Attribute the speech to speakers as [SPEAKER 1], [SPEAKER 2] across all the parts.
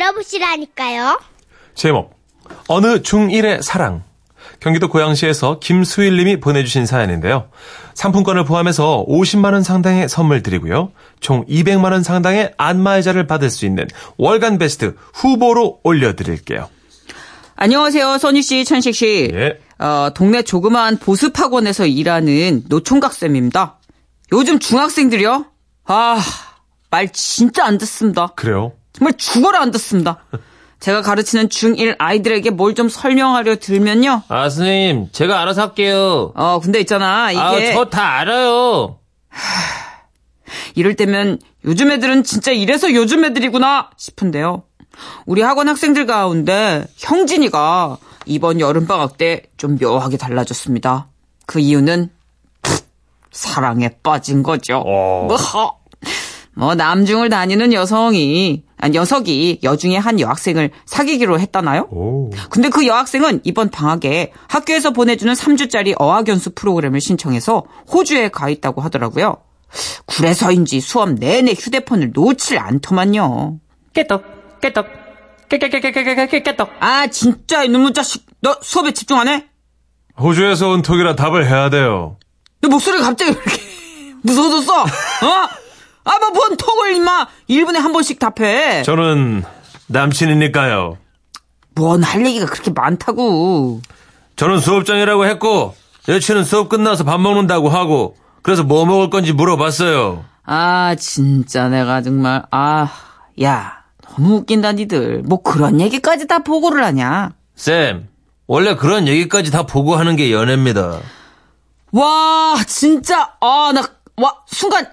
[SPEAKER 1] 알아보시라니까요.
[SPEAKER 2] 제목 어느 중1의 사랑 경기도 고양시에서 김수일 님이 보내주신 사연인데요. 상품권을 포함해서 50만 원 상당의 선물 드리고요. 총 200만 원 상당의 안마의자를 받을 수 있는 월간 베스트 후보로 올려드릴게요.
[SPEAKER 3] 안녕하세요, 선희 씨, 천식 씨.
[SPEAKER 2] 예.
[SPEAKER 3] 어, 동네 조그마한 보습학원에서 일하는 노총각쌤입니다. 요즘 중학생들이요? 아, 말 진짜 안 듣습니다.
[SPEAKER 2] 그래요?
[SPEAKER 3] 정말 죽어라 안 듣습니다. 제가 가르치는 중1 아이들에게 뭘 좀 설명하려 들면요.
[SPEAKER 4] 아, 선생님, 제가 알아서 할게요.
[SPEAKER 3] 어, 근데 있잖아. 이게
[SPEAKER 4] 아, 저 다 알아요.
[SPEAKER 3] 이럴 때면 요즘 애들은 진짜 이래서 요즘 애들이구나 싶은데요. 우리 학원 학생들 가운데 형진이가 이번 여름방학 때 좀 묘하게 달라졌습니다. 그 이유는 푹 사랑에 빠진 거죠. 으허. 뭐 남중을 다니는 여성이 아니 녀석이 여중의 한 여학생을 사귀기로 했다나요? 근데 그 여학생은 이번 방학에 학교에서 보내주는 3주짜리 어학연수 프로그램을 신청해서 호주에 가 있다고 하더라고요. 그래서인지 수업 내내 휴대폰을 놓질 않더만요.
[SPEAKER 4] 깨떡, 깨떡, 깨깨깨깨깨깨 깨떡.
[SPEAKER 3] 아 진짜 이놈의 자식 너 수업에 집중 안 해?
[SPEAKER 2] 호주에서 온 톡이라 답을 해야 돼요.
[SPEAKER 3] 너 목소리가 갑자기 왜 이렇게 무서워졌어? 어? 아뭐뭔 톡을 임마 1분에 한 번씩 답해
[SPEAKER 2] 저는 남친이니까요.
[SPEAKER 3] 뭔 할 얘기가 그렇게 많다고
[SPEAKER 2] 저는 수업장이라고 했고 여친은 수업 끝나서 밥 먹는다고 하고 그래서 뭐 먹을 건지 물어봤어요.
[SPEAKER 3] 아 진짜 내가 정말 아 야 너무 웃긴다 니들 뭐 그런 얘기까지 다 보고를 하냐
[SPEAKER 4] 쌤, 원래 그런 얘기까지 다 보고 하는 게 연애입니다.
[SPEAKER 3] 와, 진짜, 아, 나, 와, 순간,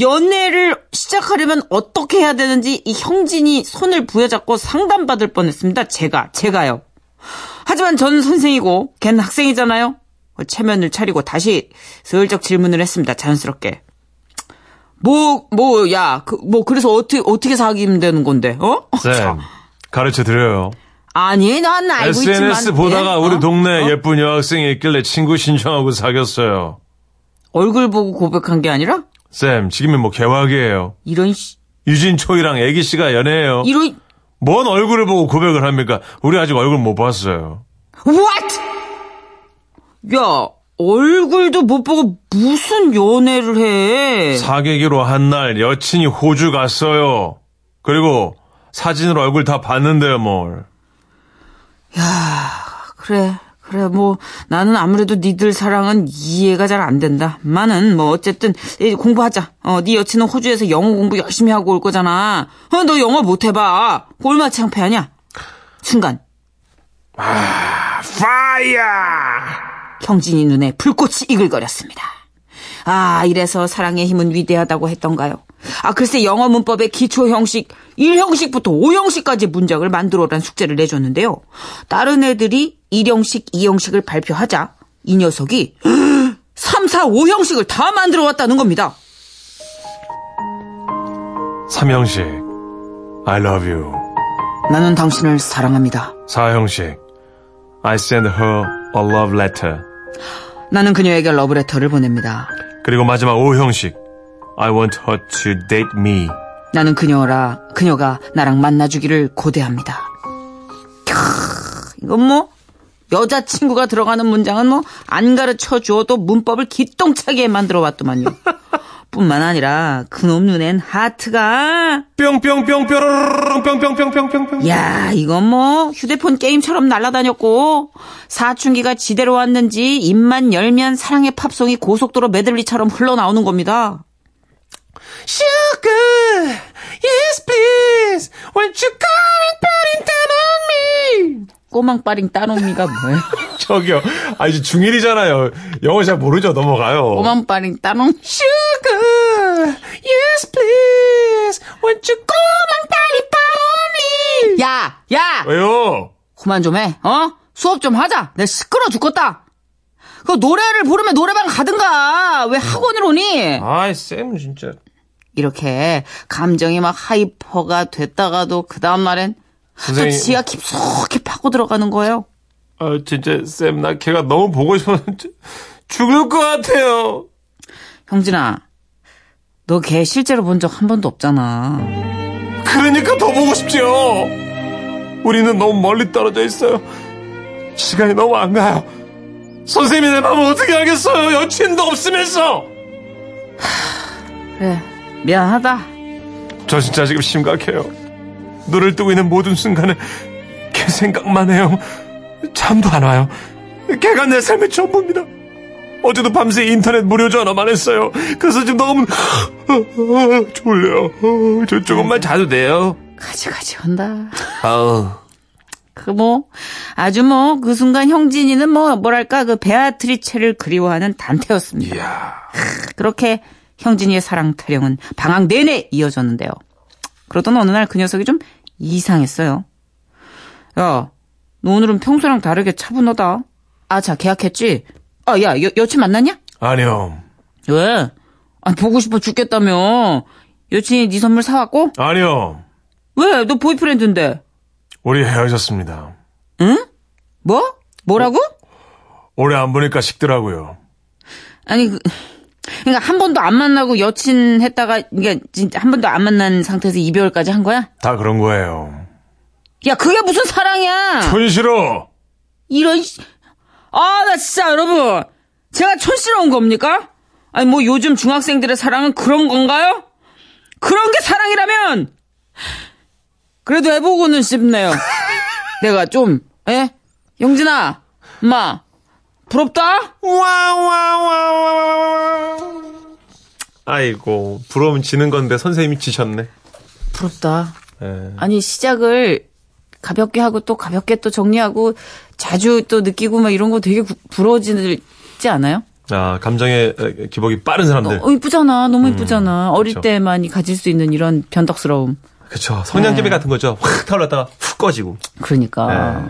[SPEAKER 3] 연애를 시작하려면 어떻게 해야 되는지 이 형진이 손을 부여잡고 상담받을 뻔 했습니다. 제가, 제가요. 하지만 전 선생이고, 걘 학생이잖아요? 어, 체면을 차리고 다시 슬쩍 질문을 했습니다. 자연스럽게. 뭐, 뭐, 야, 그, 뭐, 그래서 어떻게, 어떻게 사귀면 되는 건데, 어?
[SPEAKER 2] 쌤 가르쳐 드려요.
[SPEAKER 3] 아니, 난 알고 있지만.
[SPEAKER 2] SNS 보다가
[SPEAKER 3] 예?
[SPEAKER 2] 우리
[SPEAKER 3] 어?
[SPEAKER 2] 동네 예쁜 여학생이 있길래 친구 신청하고 사귀었어요.
[SPEAKER 3] 얼굴 보고 고백한 게 아니라?
[SPEAKER 2] 쌤, 지금이 뭐 개화기예요.
[SPEAKER 3] 이런, 씨-
[SPEAKER 2] 유진초이랑 애기 씨가 연애해요.
[SPEAKER 3] 이런,
[SPEAKER 2] 뭔 얼굴을 보고 고백을 합니까? 우리 아직 얼굴 못 봤어요.
[SPEAKER 3] What? 야, 얼굴도 못 보고 무슨 연애를 해?
[SPEAKER 2] 사귀기로 한 날 여친이 호주 갔어요. 그리고 사진으로 얼굴 다 봤는데요, 뭘.
[SPEAKER 3] 그래, 그래, 뭐, 나는 아무래도 니들 사랑은 이해가 잘 안 된다. 만은, 뭐, 어쨌든, 이, 공부하자. 어, 네 여친은 호주에서 영어 공부 열심히 하고 올 거잖아. 어, 너 영어 못 해봐. 얼마나 창피하냐? 순간,
[SPEAKER 2] 파이어!
[SPEAKER 3] 경진이 눈에 불꽃이 이글거렸습니다. 아, 이래서 사랑의 힘은 위대하다고 했던가요? 아, 글쎄 영어 문법의 기초 형식 1형식부터 5형식까지 문장을 만들어란 숙제를 내줬는데요. 다른 애들이 1형식, 2형식을 발표하자 이 녀석이 3, 4, 5형식을 다 만들어 왔다는 겁니다.
[SPEAKER 2] 삼형식, I love you.
[SPEAKER 3] 나는 당신을 사랑합니다.
[SPEAKER 2] 사형식, I send her a love letter.
[SPEAKER 3] 나는 그녀에게 러브레터를 보냅니다.
[SPEAKER 2] 그리고 마지막 오형식, I want her to date me.
[SPEAKER 3] 나는 그녀라 그녀가 나랑 만나주기를 고대합니다. 캬, 이건 뭐 여자친구가 들어가는 문장은 뭐 안 가르쳐 주어도 문법을 기똥차게 만들어 왔더만요. 뿐만 아니라 그놈 눈엔 하트가
[SPEAKER 2] 뿅뿅뿅 뾰로롱 뿅뿅뿅뿅뿅뿅
[SPEAKER 3] 야 이건 뭐 휴대폰 게임처럼 날아다녔고 사춘기가 지대로 왔는지 입만 열면 사랑의 팝송이 고속도로 메들리처럼 흘러나오는 겁니다.
[SPEAKER 2] Sugar, yes please. Won't you come and put it down on me?
[SPEAKER 3] 꼬망빠링 따놈이가 뭐예요?
[SPEAKER 2] 저기요, 아 이제 중1이잖아요. 영어 잘 모르죠. 넘어가요.
[SPEAKER 3] 꼬망빠링 따놈
[SPEAKER 2] Sugar, yes please. Won't you come and put it down on me?
[SPEAKER 3] 야, 야,
[SPEAKER 2] 왜요?
[SPEAKER 3] 그만 좀 해, 어? 수업 좀 하자. 내가 시끄러 죽겠다. 그 노래를 부르면 노래방 가든가. 왜 학원을 오니?
[SPEAKER 2] 아이 쌤 진짜.
[SPEAKER 3] 이렇게 감정이 막 하이퍼가 됐다가도 그 다음 날엔 또
[SPEAKER 2] 선생님.
[SPEAKER 3] 아, 지하 깊숙이 파고 들어가는 거예요.
[SPEAKER 2] 아 진짜 쌤 나 걔가 너무 보고 싶어서 죽을 것 같아요.
[SPEAKER 3] 형진아, 너 걔 실제로 본 적 한 번도 없잖아.
[SPEAKER 2] 그러니까 더 보고 싶죠. 우리는 너무 멀리 떨어져 있어요. 시간이 너무 안 가요. 선생님이 내 마음을 어떻게 알겠어요? 여친도 없으면서!
[SPEAKER 3] 그래, 미안하다.
[SPEAKER 2] 저 진짜 지금 심각해요. 눈을 뜨고 있는 모든 순간에 걔 생각만 해요. 잠도 안 와요. 걔가 내 삶의 전부입니다. 어제도 밤새 인터넷 무료 전화만 했어요. 그래서 지금 너무 졸려요. 저 조금만
[SPEAKER 4] 조금만 자도 돼요.
[SPEAKER 3] 가지, 가지, 온다.
[SPEAKER 4] 아우.
[SPEAKER 3] 그 뭐, 아주 뭐, 그 순간 형진이는 뭐, 뭐랄까, 그 베아트리체를 그리워하는 단태였습니다. 그렇게 형진이의 사랑 타령은 방학 내내 이어졌는데요. 그러던 어느 날 그 녀석이 좀 이상했어요. 야, 너 오늘은 평소랑 다르게 차분하다. 아, 자, 계약했지? 아, 야, 여, 여친 만났냐?
[SPEAKER 2] 아니요.
[SPEAKER 3] 왜? 아, 보고 싶어 죽겠다며. 여친이 네 선물 사왔고?
[SPEAKER 2] 아니요.
[SPEAKER 3] 왜? 너 보이프렌드인데.
[SPEAKER 2] 우리 헤어졌습니다.
[SPEAKER 3] 뭐? 뭐라고?
[SPEAKER 2] 오래 안 보니까 식더라고요.
[SPEAKER 3] 아니 그, 그러니까 한 번도 안 만나고 여친 했다가 그러니까 진짜 한 번도 안 만난 상태에서 이별까지 한 거야?
[SPEAKER 2] 다 그런 거예요.
[SPEAKER 3] 야 그게 무슨 사랑이야?
[SPEAKER 2] 손 싫어!
[SPEAKER 3] 이런 아 나 진짜 여러분 제가 촌스러운 겁니까? 아니 뭐 요즘 중학생들의 사랑은 그런 건가요? 그런 게 사랑이라면 그래도 해보고는 싶네요. 내가 좀 에? 영진아 엄마 부럽다?
[SPEAKER 2] 와와와와 아이고, 부러움 지는 건데 선생님이 지셨네.
[SPEAKER 3] 부럽다.
[SPEAKER 2] 예.
[SPEAKER 3] 아니 시작을 가볍게 하고 또 가볍게 또 정리하고 자주 또 느끼고 막 이런 거 되게 구- 부러워지지 않아요?
[SPEAKER 2] 아, 감정의 에, 기복이 빠른 사람들.
[SPEAKER 3] 어 이쁘잖아 너무 이쁘잖아 어릴
[SPEAKER 2] 그쵸.
[SPEAKER 3] 때만이 가질 수 있는 이런 변덕스러움
[SPEAKER 2] 그쵸. 성냥개비 같은 거죠. 확 타올랐다가 훅 꺼지고.
[SPEAKER 3] 그러니까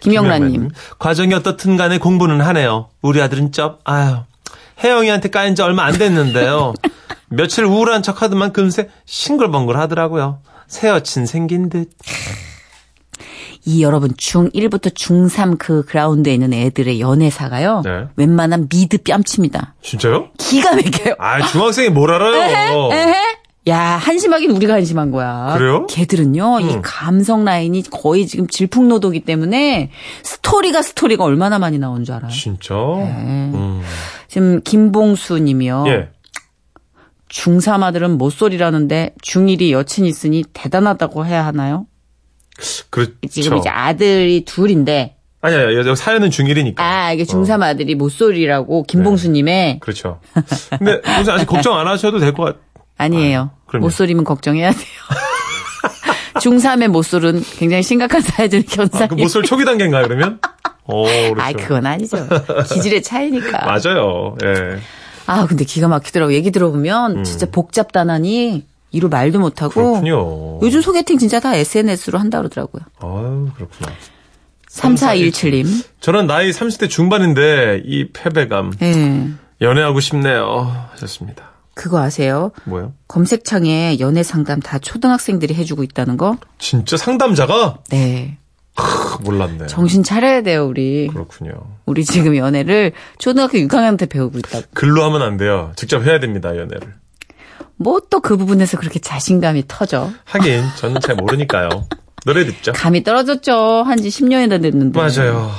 [SPEAKER 3] 김영란님
[SPEAKER 2] 과정이 어떻든 간에 공부는 하네요. 우리 아들은 쩝, 아유. 혜영이한테 까인 지 얼마 안 됐는데요. 며칠 우울한 척 하더만 금세 싱글벙글 하더라고요. 새 여친 생긴 듯.
[SPEAKER 3] 이 여러분 중1부터 중3 그 그라운드에 있는 애들의 연애사가요
[SPEAKER 2] 네.
[SPEAKER 3] 웬만한 미드 뺨칩니다
[SPEAKER 2] 진짜요?
[SPEAKER 3] 기가 막혀요
[SPEAKER 2] 아, 중학생이 뭘 알아요.
[SPEAKER 3] 에헤? 야, 한심하긴 우리가 한심한 거야.
[SPEAKER 2] 어. 그래요?
[SPEAKER 3] 걔들은요, 이 감성 라인이 거의 지금 질풍노도기 때문에 스토리가 스토리가 얼마나 많이 나온 줄 알아요.
[SPEAKER 2] 진짜?
[SPEAKER 3] 음.
[SPEAKER 2] 음.
[SPEAKER 3] 지금 김봉수 님이요.
[SPEAKER 2] 예.
[SPEAKER 3] 중3 아들은 못소리라는데 중1이 여친 있으니 대단하다고 해야 하나요?
[SPEAKER 2] 그렇죠.
[SPEAKER 3] 지금 이제 아들이 둘인데,
[SPEAKER 2] 아니, 아니, 여기 사연은 중1이니까.
[SPEAKER 3] 아, 이게 중3
[SPEAKER 2] 네.
[SPEAKER 3] 아들이 못소리라고 김봉수 님의
[SPEAKER 2] 그렇죠. 근데 요새 아직 걱정 안 하셔도 될 것 같,
[SPEAKER 3] 아니에요.
[SPEAKER 2] 아, 그럼요.
[SPEAKER 3] 못소리면 걱정해야 돼요. 중3의 못소리는 굉장히 심각한 사회적 현상이
[SPEAKER 2] 그 못쏠 초기 단계인가요, 그러면? 어, 그렇죠.
[SPEAKER 3] 아, 그건 아니죠. 기질의 차이니까.
[SPEAKER 2] 맞아요. 예.
[SPEAKER 3] 아, 근데 기가 막히더라고. 얘기 들어보면 진짜 복잡다하니 이루 말도 못하고.
[SPEAKER 2] 음. 그렇군요.
[SPEAKER 3] 요즘 소개팅 진짜 다 SNS로 한다 그러더라고요.
[SPEAKER 2] 아유, 그렇구나.
[SPEAKER 3] 3417님.
[SPEAKER 2] 저는 나이 30대 중반인데 이 패배감
[SPEAKER 3] 예.
[SPEAKER 2] 연애하고 싶네요. 하셨습니다.
[SPEAKER 3] 그거 아세요?
[SPEAKER 2] 뭐요?
[SPEAKER 3] 검색창에 연애 상담 다 초등학생들이 해주고 있다는 거?
[SPEAKER 2] 진짜 상담자가
[SPEAKER 3] 네.
[SPEAKER 2] 크, 몰랐네.
[SPEAKER 3] 정신 차려야 돼요, 우리.
[SPEAKER 2] 그렇군요.
[SPEAKER 3] 우리 지금 연애를 초등학교 6학년한테 배우고 있다고.
[SPEAKER 2] 글로 하면 안 돼요. 직접 해야 됩니다, 연애를.
[SPEAKER 3] 뭐 또 그 부분에서 그렇게 자신감이 터져.
[SPEAKER 2] 하긴 저는 잘 모르니까요. 노래 듣죠.
[SPEAKER 3] 감이 떨어졌죠. 한 지 10년이나 됐는데.
[SPEAKER 2] 맞아요.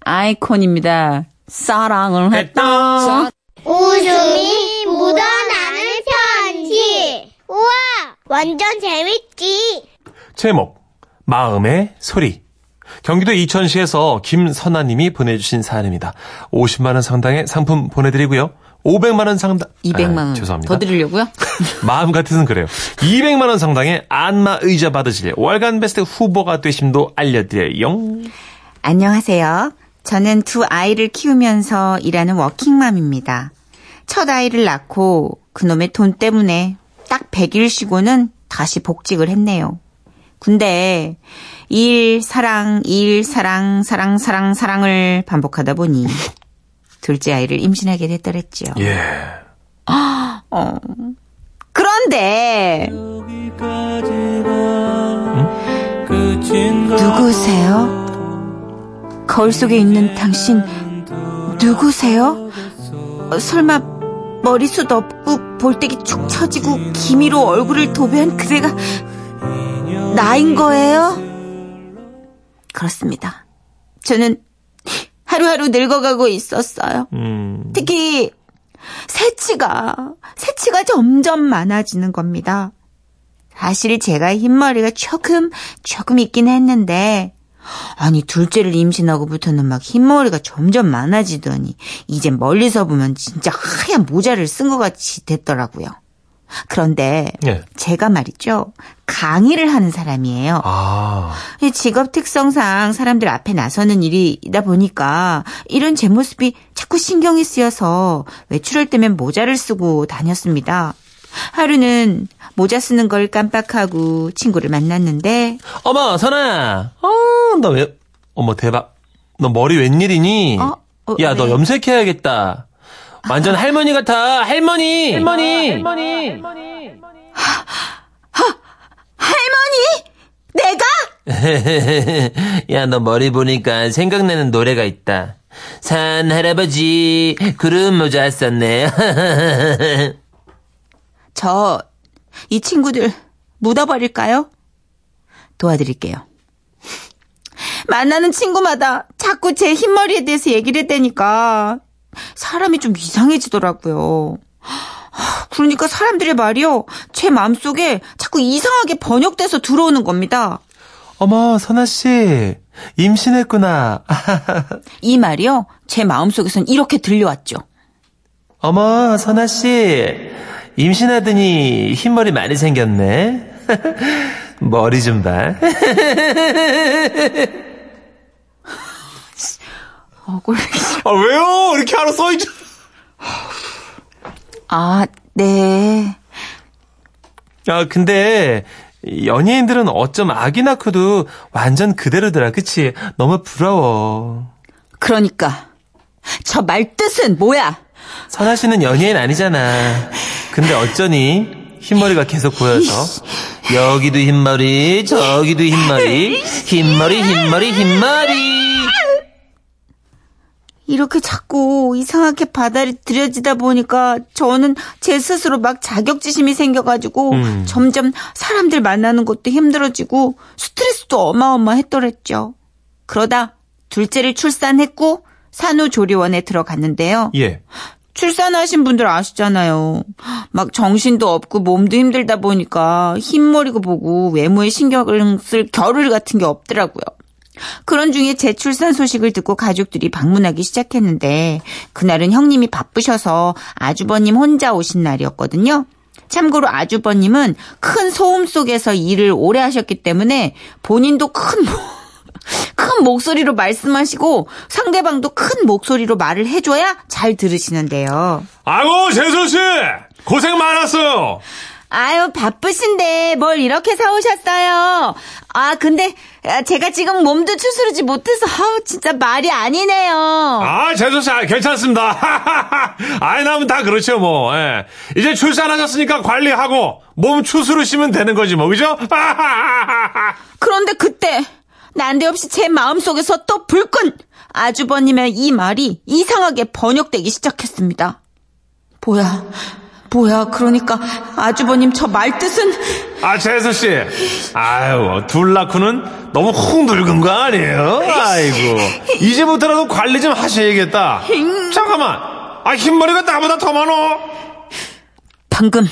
[SPEAKER 3] 아이콘입니다. 사랑을 했다.
[SPEAKER 5] 아,
[SPEAKER 1] 웃음이 묻어나는 편지. 우와, 완전 재밌지.
[SPEAKER 2] 제목 마음의 소리 경기도 이천시에서 김선아님이 보내주신 사연입니다. 50만 원 상당의 상품 보내드리고요. 500만 원 상당
[SPEAKER 3] 200만
[SPEAKER 2] 아,
[SPEAKER 3] 원.
[SPEAKER 2] 죄송합니다.
[SPEAKER 3] 더 드리려고요?
[SPEAKER 2] 마음 같아서는 그래요. 200만 원 상당의 안마 의자 받으실 월간 베스트 후보가 되심도 알려드려요.
[SPEAKER 5] 안녕하세요. 저는 두 아이를 키우면서 일하는 워킹맘입니다. 첫 아이를 낳고 그놈의 돈 때문에 딱 100일 쉬고는 다시 복직을 했네요. 근데 일, 사랑, 일, 사랑, 사랑, 사랑, 사랑을 반복하다 보니 둘째 아이를 임신하게 됐더랬지요.
[SPEAKER 2] 예.
[SPEAKER 5] 어. 그런데 누구세요? 거울 속에 있는 당신 누구세요? 어, 설마 머리숱 없고 볼때기 축 처지고 기미로 얼굴을 도배한 그대가 나인 거예요?
[SPEAKER 3] 그렇습니다. 저는 하루하루 늙어가고 있었어요.
[SPEAKER 2] 음,
[SPEAKER 3] 특히 새치가 새치가 점점 많아지는 겁니다. 사실 제가 흰머리가 조금 조금 있긴 했는데 아니 둘째를 임신하고부터는 막 흰머리가 점점 많아지더니 이제 멀리서 보면 진짜 하얀 모자를 쓴 것 같이 됐더라고요. 그런데
[SPEAKER 2] 예.
[SPEAKER 3] 제가 말이죠 강의를 하는 사람이에요.
[SPEAKER 2] 아,
[SPEAKER 3] 이 직업 특성상 사람들 앞에 나서는 일이다 보니까 이런 제 모습이 자꾸 신경이 쓰여서 외출할 때면 모자를 쓰고 다녔습니다. 하루는 모자 쓰는 걸 깜빡하고 친구를 만났는데
[SPEAKER 2] 어머, 선아. 어, 너 왜, 어머, 대박. 너 머리 웬일이니?
[SPEAKER 3] 어? 어,
[SPEAKER 2] 야, 너
[SPEAKER 3] 왜?
[SPEAKER 2] 염색해야겠다. 완전 할머니 같아. 할머니! 할머니! 할머니!
[SPEAKER 3] 내가
[SPEAKER 4] 야, 너 머리 보니까 생각나는 노래가 있다. 산 할아버지, 구름 모자 썼네.
[SPEAKER 3] 저 이 친구들 묻어버릴까요? 도와드릴게요. 만나는 친구마다 자꾸 제 흰머리에 대해서 얘기를 했다니까 사람이 좀 이상해지더라고요. 하, 그러니까 사람들의 말이요. 제 마음속에 자꾸 이상하게 번역돼서 들어오는 겁니다.
[SPEAKER 2] 어머, 선아씨. 임신했구나.
[SPEAKER 3] 이 말이요. 제 마음속에선 이렇게 들려왔죠.
[SPEAKER 2] 어머, 선아씨. 임신하더니 흰머리 많이 생겼네. 머리 좀 봐.
[SPEAKER 3] 억울해.
[SPEAKER 2] 아, 왜요? 이렇게 하루 써있죠.
[SPEAKER 3] 아, 네.
[SPEAKER 2] 아, 근데 연예인들은 어쩜 아기 낳고도 완전 그대로더라. 그치? 너무 부러워.
[SPEAKER 3] 그러니까 저 말뜻은 뭐야?
[SPEAKER 2] 선아 씨는 연예인 아니잖아. 근데 어쩌니? 흰머리가 계속 보여서.
[SPEAKER 4] 여기도 흰머리, 저기도 흰머리, 흰머리, 흰머리, 흰머리.
[SPEAKER 3] 이렇게 자꾸 이상하게 바다를 들여지다 보니까 저는 제 스스로 막 자격지심이 생겨가지고 점점 사람들 만나는 것도 힘들어지고 스트레스도 어마어마했더랬죠. 그러다 둘째를 출산했고 산후조리원에 들어갔는데요.
[SPEAKER 2] 예.
[SPEAKER 3] 출산하신 분들 아시잖아요. 막 정신도 없고 몸도 힘들다 보니까 흰머리고 보고 외모에 신경을 쓸 겨를 같은 게 없더라고요. 그런 중에 제 출산 소식을 듣고 가족들이 방문하기 시작했는데 그날은 형님이 바쁘셔서 아주버님 혼자 오신 날이었거든요. 참고로 아주버님은 큰 소음 속에서 일을 오래 하셨기 때문에 본인도 큰 모- 큰 목소리로 말씀하시고 상대방도 큰 목소리로 말을 해줘야 잘 들으시는데요.
[SPEAKER 2] 아고, 재수씨! 고생 많았어요!
[SPEAKER 3] 아유 바쁘신데 뭘 이렇게 사오셨어요. 아 근데 아, 제가 지금 몸도 추스르지 못해서 아우 진짜 말이 아니네요.
[SPEAKER 2] 아, 재수씨, 괜찮습니다. 아이, 나면 다 그렇죠, 뭐. 이제 출산하셨으니까 관리하고 몸 추스르시면 되는 거지, 뭐. 그죠?
[SPEAKER 3] 그런데 그때 난데없이 제 마음속에서 또 불끈 아주버님의 이 말이 이상하게 번역되기 시작했습니다. 뭐야 뭐야 그러니까 아주버님 저 말뜻은
[SPEAKER 2] 아, 재수씨. 아유, 둘 낳고는 너무 훅 늙은 거 아니에요? 아이고. 이제부터라도 관리 좀 하셔야겠다. 잠깐만. 아, 흰머리가 나보다 더 많어.
[SPEAKER 3] 방금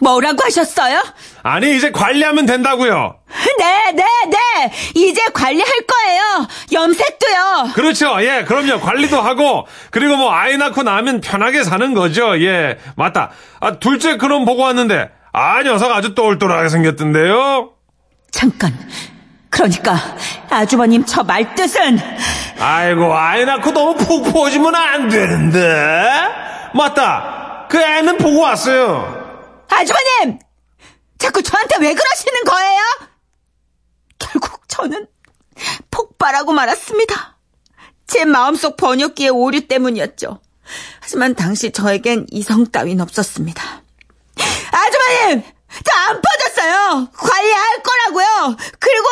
[SPEAKER 3] 뭐라고 하셨어요?
[SPEAKER 2] 아니, 이제 관리하면 된다고요.
[SPEAKER 3] 네, 네, 네. 이제 관리할 거예요. 염색도요.
[SPEAKER 2] 그렇죠. 예, 그럼요.
[SPEAKER 4] 네.
[SPEAKER 2] 관리도 하고, 그리고 뭐, 아이 낳고 나면 편하게 사는 거죠. 예, 맞다. 아, 둘째 그럼 보고 왔는데, 아, 녀석 아주 똘똘하게 생겼던데요?
[SPEAKER 3] 잠깐. 그러니까 아주버님 저 말뜻은
[SPEAKER 2] 아이고, 아이 낳고 너무 푹 퍼지면 안 되는데? 맞다. 그 애는 보고 왔어요.
[SPEAKER 3] 아주버님 자꾸 저한테 왜 그러시는 거예요? 결국 저는 폭발하고 말았습니다. 제 마음속 번역기의 오류 때문이었죠. 하지만 당시 저에겐 이성 따윈 없었습니다. 아주머님! 저 안 퍼졌어요! 관리할 거라고요! 그리고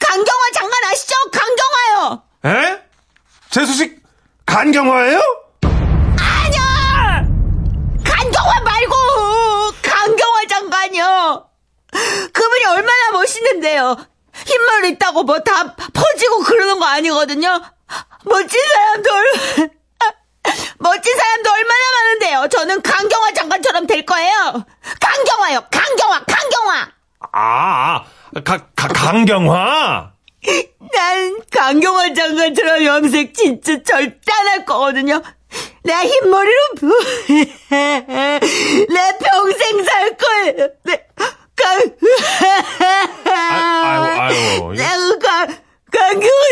[SPEAKER 3] 강경화 장관 아시죠? 강경화요!
[SPEAKER 2] 에? 재수식 간경화예요?
[SPEAKER 3] 강경화 말고 강경화 장관이요. 그분이 얼마나 멋있는데요. 힘만 있다고 뭐 다 퍼지고 그러는 거 아니거든요. 멋진 사람도 얼- 멋진 사람도 얼마나 많은데요. 저는 강경화 장관처럼 될 거예요. 강경화요. 강경화. 강경화.
[SPEAKER 4] 아, 아, 가, 가, 강경화?
[SPEAKER 3] 난 강경화 장관처럼 염색 진짜 절대 안 할 거거든요. 나 흰머리로 부... 내 평생 살 거예요. 내... 강...
[SPEAKER 4] 아, 아유, 아유.
[SPEAKER 2] 예.
[SPEAKER 4] 이거-
[SPEAKER 3] 내가 그 강... 강경화...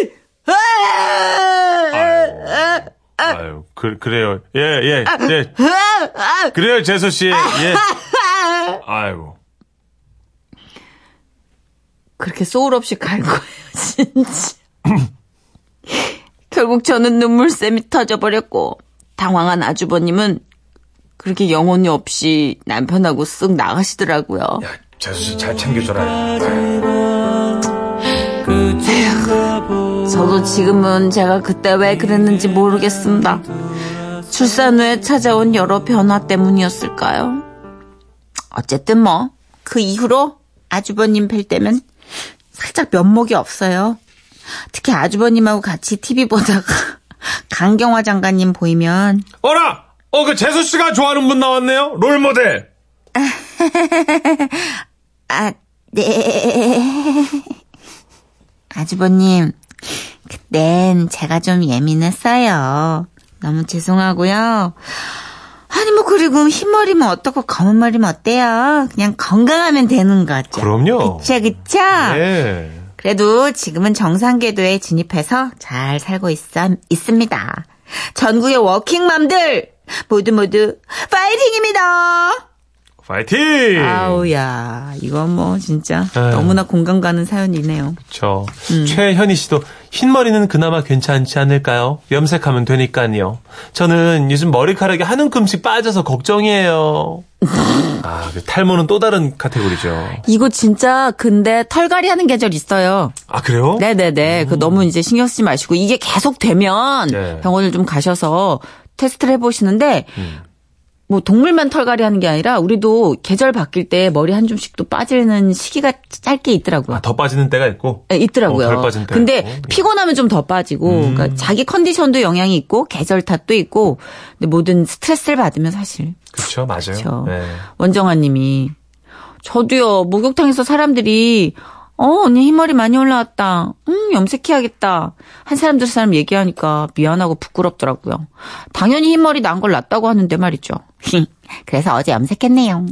[SPEAKER 3] 아!
[SPEAKER 4] 아유, 아유 그, 그래요. 예, 예, 예.
[SPEAKER 3] 아! 아!
[SPEAKER 4] 그래요, 재수씨. 예. 아이고.
[SPEAKER 3] 그렇게 소울 없이 갈 거예요, 진짜. 결국 저는 눈물샘이 터져버렸고, 당황한 아주버님은 그렇게 영혼이 없이 남편하고 쓱 나가시더라고요.
[SPEAKER 4] 재수씨 잘 챙겨줘라.
[SPEAKER 3] 저도 지금은 제가 그때 왜 그랬는지 모르겠습니다. 출산 후에 찾아온 여러 변화 때문이었을까요? 어쨌든 뭐, 그 이후로 아주버님 뵐 때면 살짝 면목이 없어요. 특히 아주버님하고 같이 TV 보다가 강경화 장관님 보이면
[SPEAKER 4] 어라! 어, 그 재수씨가 좋아하는 분 나왔네요? 롤모델!
[SPEAKER 3] 아, 네. 아주버님, 그땐 제가 좀 예민했어요. 너무 죄송하고요. 아니, 뭐, 그리고 흰머리면 어떻고, 검은머리면 어때요? 그냥 건강하면 되는 거죠.
[SPEAKER 4] 그럼요.
[SPEAKER 3] 그쵸, 그쵸?
[SPEAKER 2] 아.
[SPEAKER 4] 예.
[SPEAKER 3] 그래도 지금은 정상 궤도에 진입해서 잘 살고 있어, 있습니다. 전국의 워킹맘들, 모두 모두, 파이팅입니다!
[SPEAKER 4] 파이팅!
[SPEAKER 2] 아.
[SPEAKER 3] 아우야, 이건 뭐 진짜
[SPEAKER 4] 아유.
[SPEAKER 3] 너무나 공감 가는 사연이네요.
[SPEAKER 4] 그쵸.
[SPEAKER 2] 음.
[SPEAKER 4] 최현희 씨도 흰머리는 그나마 괜찮지 않을까요? 염색하면 되니까요. 저는 요즘 머리카락이 한 움큼씩 빠져서 걱정이에요. 아, 그 탈모는 또 다른 카테고리죠.
[SPEAKER 2] 이거 진짜 근데 털갈이 하는 계절 있어요.
[SPEAKER 4] 아, 그래요?
[SPEAKER 2] 네네네. 그 너무 이제 신경 쓰지 마시고 이게 계속 되면
[SPEAKER 4] 음. 네.
[SPEAKER 2] 병원을 좀 가셔서 테스트를 해보시는데
[SPEAKER 4] 음.
[SPEAKER 2] 뭐 동물만 털갈이 하는 게 아니라 우리도 계절 바뀔 때 머리 한 줌씩 또 빠지는 시기가 짧게 있더라고요.
[SPEAKER 4] 아, 더 빠지는 때가 있고.
[SPEAKER 2] 예, 있더라고요.
[SPEAKER 4] 어, 음. 덜 빠진 때가
[SPEAKER 2] 근데
[SPEAKER 4] 있고. 예.
[SPEAKER 2] 피곤하면 좀 더 빠지고, 그러니까 자기 컨디션도 영향이 있고 계절 탓도 있고, 근데 모든 스트레스를 받으면 사실
[SPEAKER 4] 그쵸, 맞아요.
[SPEAKER 2] 그렇죠.
[SPEAKER 4] 네.
[SPEAKER 2] 원정아님이 저도요 목욕탕에서 사람들이 어 언니 흰머리 많이 올라왔다. 음 염색해야겠다. 한 사람 들 사람 얘기하니까 미안하고 부끄럽더라고요. 당연히 흰머리 난 걸 낫다고 하는데 말이죠.
[SPEAKER 3] 그래서 어제 염색했네요.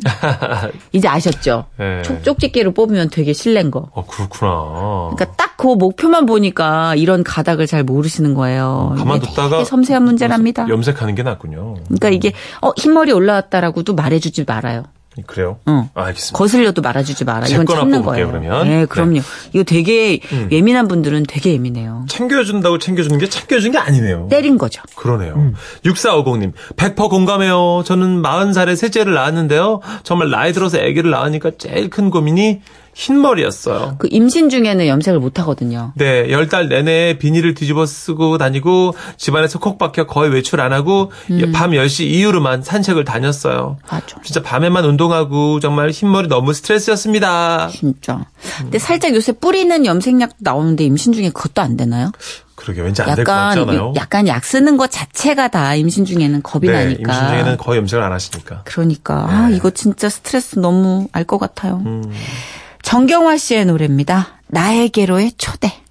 [SPEAKER 2] 이제 아셨죠?
[SPEAKER 4] 네.
[SPEAKER 2] 촉- 쪽집게로 뽑으면 되게 실낸 거.
[SPEAKER 4] 어, 그렇구나.
[SPEAKER 2] 그러니까 딱 그 목표만 보니까 이런 가닥을 잘 모르시는 거예요. 이게
[SPEAKER 4] 가만뒀다가
[SPEAKER 2] 되게 섬세한
[SPEAKER 3] 아.
[SPEAKER 2] 문제랍니다.
[SPEAKER 4] 염색하는 게 낫군요.
[SPEAKER 2] 그러니까 이게 어 흰머리 올라왔다라고도 말해주지 말아요.
[SPEAKER 4] 그래요?
[SPEAKER 2] 응.
[SPEAKER 4] 아, 알겠습니다.
[SPEAKER 2] 거슬려도 말아주지 마라.
[SPEAKER 4] 제
[SPEAKER 2] 이건
[SPEAKER 4] 거나
[SPEAKER 2] 참는
[SPEAKER 4] 뽑을게요,
[SPEAKER 2] 거예요.
[SPEAKER 4] 그러면. 네. 음.
[SPEAKER 2] 예, 그럼요. 이거 되게 예민한 분들은 되게 예민해요.
[SPEAKER 4] 챙겨준다고 챙겨주는 게 챙겨준 게 아니네요.
[SPEAKER 2] 때린 거죠.
[SPEAKER 4] 그러네요. 6450님, 100% 공감해요. 저는 40살에 셋째를 낳았는데요. 정말 나이 들어서 아기를 낳으니까 제일 큰 고민이 흰머리였어요.
[SPEAKER 2] 그 임신 중에는 염색을 못 하거든요.
[SPEAKER 4] 네, 열 달 내내 비닐을 뒤집어 쓰고 다니고 집안에서 콕 박혀 거의 외출 안 하고 밤 10시 이후로만 산책을 다녔어요.
[SPEAKER 2] 맞아.
[SPEAKER 4] 진짜 밤에만 운동하고 정말 흰머리 너무 스트레스였습니다.
[SPEAKER 2] 진짜. 근데
[SPEAKER 4] 음.
[SPEAKER 2] 살짝 요새 뿌리는 염색약도 나오는데 임신 중에 그것도 안 되나요?
[SPEAKER 4] 그러게 왠지 안 될 것 같잖아요.
[SPEAKER 2] 약간 약간 약 쓰는 것 자체가 다 임신 중에는 겁이
[SPEAKER 4] 네,
[SPEAKER 2] 나니까.
[SPEAKER 4] 임신 중에는 거의 염색을 안 하시니까. 네.
[SPEAKER 2] 그러니까 아 이거 진짜 스트레스
[SPEAKER 4] 음.
[SPEAKER 2] 너무 알 것 같아요. 정경화 씨의 노래입니다. 나에게로의 초대.